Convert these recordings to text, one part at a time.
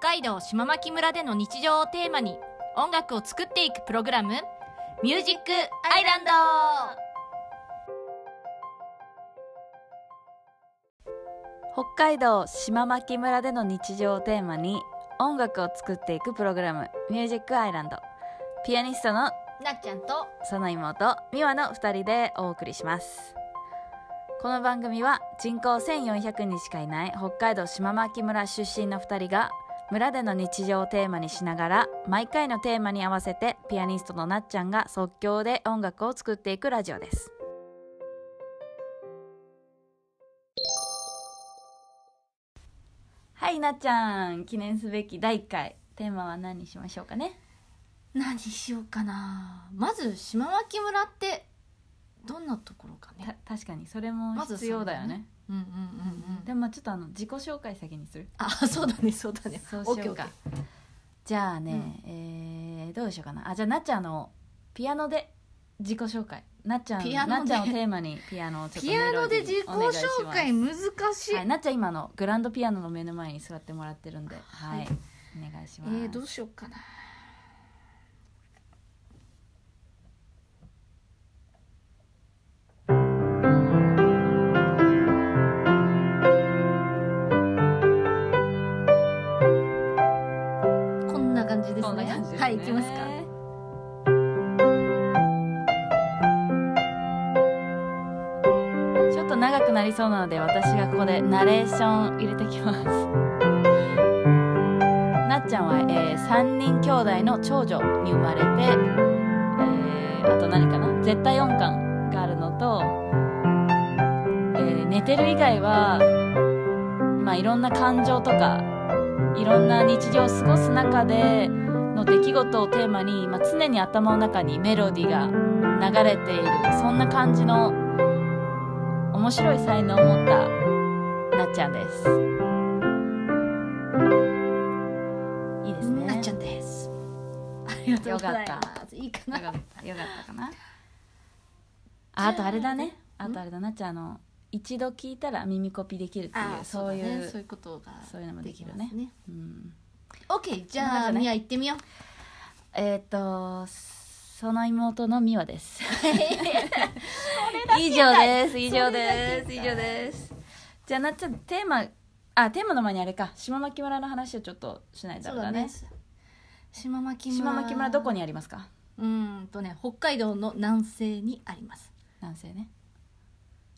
海道島牧村での日常をテーマに音楽を作っていくプログラム「ミュージックアイランド」北海道島牧村での日常をテーマに音楽を作っていくプログラム「ミュージックアイランド」ピアニストのなっちゃんとその妹美和の2人でお送りしますこの番組は人口1400人しかいない北海道島牧村出身の2人が村での日常をテーマにしながら毎回のテーマに合わせてピアニストのなっちゃんが即興で音楽を作っていくラジオですはいなっちゃん記念すべき第1回テーマは何にしましょうかね何しようかなまず島牧村ってどんなところかたね確かにそれもまずそ必れだね要だよねうんうんうんうんでもまあちょっとあの自己紹介先にするあそうだねそうだねそうしようかじゃあね、えーどうしようかなあじゃあなっちゃんあのピアノで自己紹介なっちゃんピアノでなっちゃんをテーマにピアノをちょっとピアノで自己メロディーにお紹願介いし難しますい、はい、なっちゃん今あのグランドピアノの目の前に座ってもらってるんでははいい、お願いしえます、ー、どうしようかなこんな感じですねこんな感じですねはい行きますかちょっと長くなりそうなので私がここでナレーション入れてきますなっちゃんは、えー、3人兄弟の長女に生まれて、えーあと何かな絶対音感があるのと、えー寝てる以外は、まあ、いろんな感情とかいろんな日常を過ごす中での出来事をテーマに、まあ、常に頭の中にメロディーが流れているそんな感じの面白い才能を持ったなっちゃんですいいですねなっちゃんですありがとうございよかますいいかなよかったよかったかなああとあれだねあとあれだなっちゃんあの一度聞いたら耳コピできるっていあうーそういだうねそういうことがそういうのもできるねますねうん、 OK じこんなゃあ感じねミア行ってみようえっ、とその妹の美和です以上です以上ですそれだけ以かい上ですじゃあなっちゃんテーマあテーマの前にあれか島牧村の話をちょっとしないとそあうれだだねね島牧村島牧村どこにありますかうーんとね北海道の南西にあります南西ね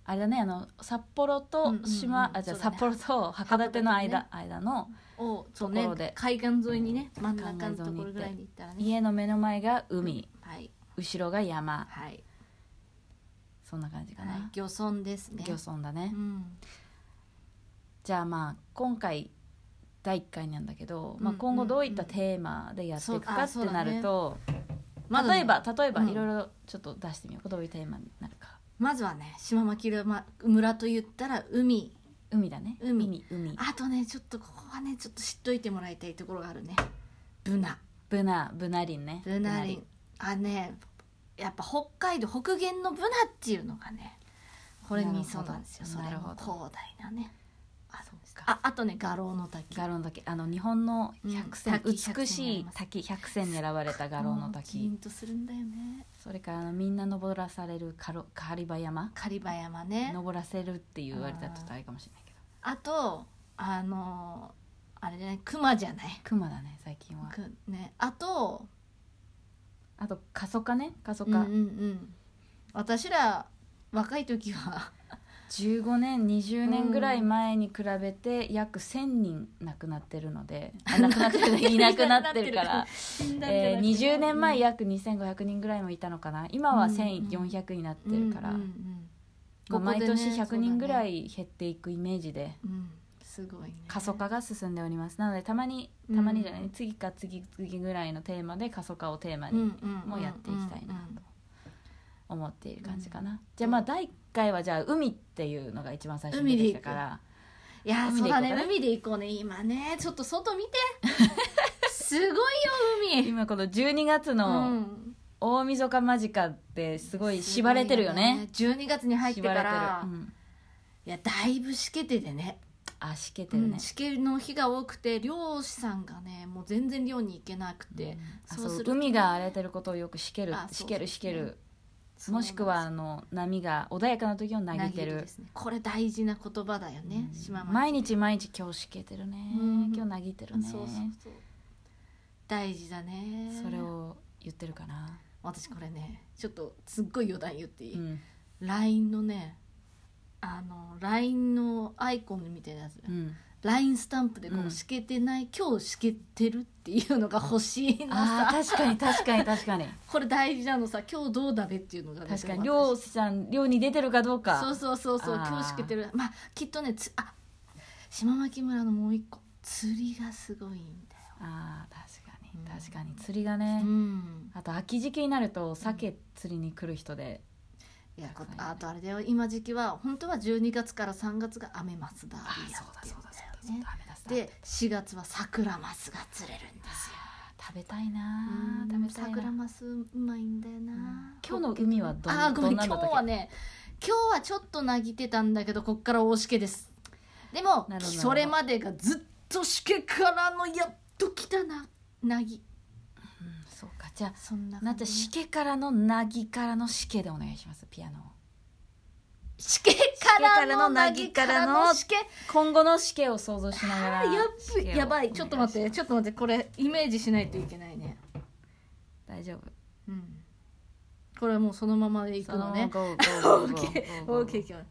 あれだねあの札幌とうんう島、んうんあじゃあそうだね札幌と函館の間、函間のをそうところでね海岸沿いにね真ん中のところぐらいに行ったらね家の目の前が海はい後ろが山はい、そんな感じかはいな、漁村ですね漁村だね、うんじゃあまあ今回第1回なんだけど、まあ、うん今後どういったテーマでやっていくかってそうあそうだなねると、まずね例えば例えばうんいろいろちょっと出してみようかどういうテーマになるかまずはね島牧村と言ったら海海だね海海海あとねちょっとここはねちょっと知っといてもらいたいところがあるねブナブナブナリンねブナリンあねやっぱ北海道北限のブナっていうのがねこれにそうなんですよそれなるもほど広大なねあそうかああとね画廊の滝画廊の滝あの日本の百選、うん滝美しい滝百選狙われた画廊ものうキー滝ンとするんだよねそれからあのみんな登らされるカロカリバ山狩場山ね登らせるって言われたらちょっとあれかもしれないけどあとあのーあれね熊じゃない熊だね最近はくねあとあと過疎化ね過疎うんうん化、うん私ら若い時は15年20年ぐらい前に比べて約1,000人亡くなってる ので、あ亡くなってる いなくなってるから、死んだんじゃなえくー、て20年前約2500人ぐらいもいたのかな今は1400になってるから、うんうんうんまあ、毎こ年こ100でね人ぐらい減っていくイメージで。うんすごいね過疎化が進んでおりますなのでたまにうんたまにじゃない、次か次々ぐらいのテーマで過疎化をテーマにもやっていきたいなと思っている感じかな、じゃあまあ第1回はじゃあ海っていうのが一番最初に出てきたからいやー海そうで行こうだかねね海で行こうね今ねちょっと外見て すごいよ海今この12月うのん大晦日間近ってすごい縛れてるよねすごいよね12月に入って縛かられてる、うんいやだいぶしけててねあしけてうるんね、しけの日が多くて漁師さんがねもう全然漁に行けなくて、あそうそうすると海が荒れてることをよくしけるあそうしけるしけうるそうなもんしくはあの波が穏やかな時を嘆いて嘆きるですねこれ大事な言葉だよね、うん島町毎日毎日今日しけてるねうん今日嘆いてるうんねそうそうそう大事だねそれを言ってるかな、私これねちょっとすっごい余談言っていい、うん LINE のねあの LINE のアイコンみたいなやつ、うん、 LINE スタンプでこうのんしけてない、今日しけてるっていうのが欲しいのあさー確かに確かに 確かにこれ大事なのさ今日どうだべっていうのがね確かに私漁師さん漁に出てるかどうかそうそうそうそうあー今日しけてるまあきっとねつあ島牧村のもう一個釣りがすごいんだよ、あー確かにうん確かに釣りがね、うんあと秋時期になると鮭釣りに来る人で、いやこ高いねあとあれだよ今時期は本当は12月から3月がアメマスダーあビーーやそうっだてそんうだそうだだよそうねだ雨だそうだで4月は桜マスが釣れるんですよあー食べたいなうんー食べたいな桜マスうまいんだよな、今日の海はどんあーごめんど今日んなんだったっけはね今日はちょっとなぎてたんだけどこっから大しけですでもなるほどなるほどそれまでがずっとしけからのやっと来たななぎうんそうかじゃそんなあなっ感ちゃんじしけからのなぎからのしけでお願いしますピアノをしけからのなぎからのしけ今後のしけを想像しながらあしけーやをっばやばいちょっと待っお願ていしちょっと待ってこれイメージしないといけないねます大丈夫うんこれもうそのままでいくのねそ オのーままケーオーケーいきます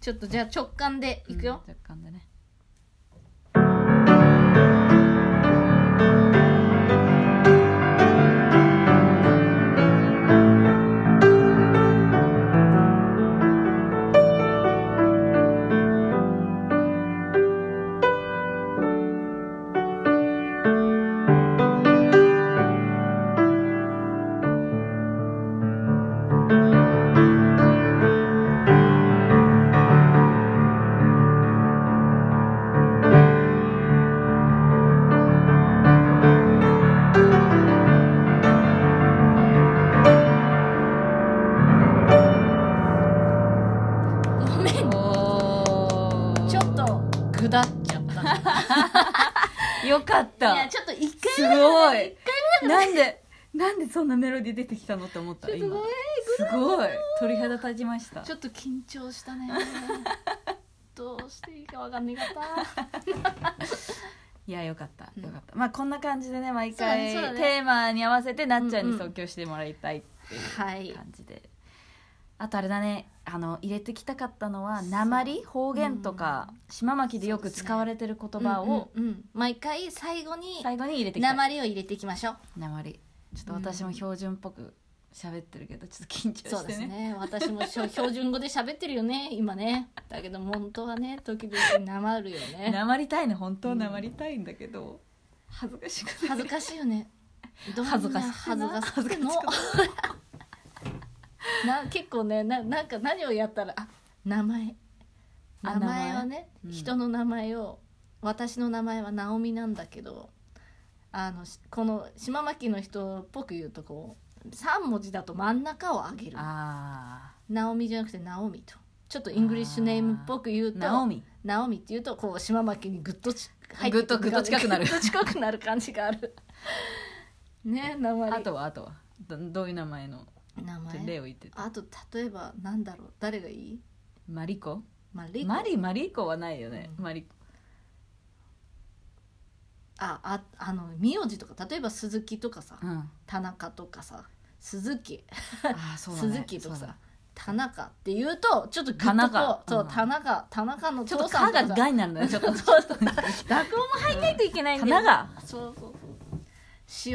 ちょっとじゃあ直感でいくよ、うん若干だねごめんおーちょっと下っちゃった。よかったいやちょっと一す回目だごからいなんでなんでそんなメロディー出てきたのって思ったちょっと今ごめんすごい鳥肌立ちましたちょっと緊張したね。どうしていいかわかんなかった。いやよかったうんよかった、まあこんな感じでね毎そうだ回ねそうだねテーマに合わせてなっちゃんうんにうん即興してもらいたいっていうはい。感じで、あとあれだねあの入れてきたかったのは鉛方言とか、島巻でよく使われてる言葉をうんうんうん毎回最後に最後に入れてきた鉛を入れていきましょう。鉛ちょっと私も標準っぽく喋ってるけどちょっと緊張そうしてですねね。私もしょ標準語で喋ってるよね。今ね。だけど本当はね時々鉛るよね。鉛たいね本当うはん鉛たいんだけど、恥ずかしくて恥ずかしいよね。どんな恥ずかしい恥ずかし恥いずかしくの。 な結構ねななんか何をやったらあ名前あ名前はね、名前うん人の名前を私の名前は直美なんだけどあのしこの島牧の人っぽく言うとこう3文字だと真ん中を上げるあ直美じゃなくて直美とちょっとイングリッシュネームっぽく言うーとナオミ直美って言うとこう島牧にぐっとち入ぐっとぐっと近くなるぐっと近くなる感じがある ね名前あとはあとはどどういう名前の名前例を言ってたあと例えばなんだろう誰がいいマリコまあ、リコマリマリコはないよね、うんマリコあああの名字とか例えば鈴木とかさ、うんあ田中とかさ鈴木ーそうだね鈴木とかそうさだ田中って言うとちょっとグッとこ田中うそう、うん田中田中のちょっと父さんかとがかがさになるのよちょっとそうそう落語も入んないといけないんだ花よ、ね、がそうそうそう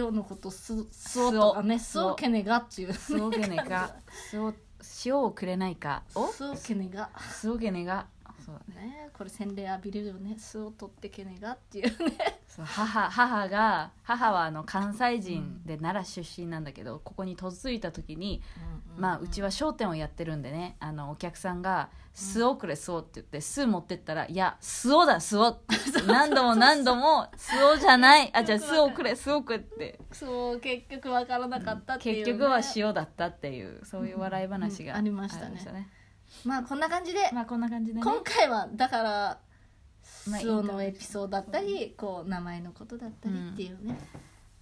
塩のことすすおとかねすすおおけねがっていうすおげねがすお塩をくれないかをすおけねがすおげねがそうだねこれ洗礼浴びるよねすおとってけねがっていうねそう母母が母はあの関西人で奈良出身なんだけどここに嫁いだ時に、まあ、うちは商店をやってるんでねあのお客さんが「酢をくれ酢を」って言って酢持ってったら「いや酢をだ酢を」って 何度も何度も「酢をじゃない」あ「じゃあ酢をくれ酢をくれ」ってそう結局わからなかったっていうね、結局は塩だったっていうそういう笑い話うんがありましたねまあこんな感じでまあこんな感じでね今回はだからまあ素をのエピソードだったりこう名前のことだったりっていうね、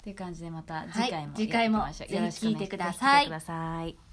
という感じでまたい次回も次回もやっていきましぜひょうよろしくお願聞いてくださいぜひ聞いてください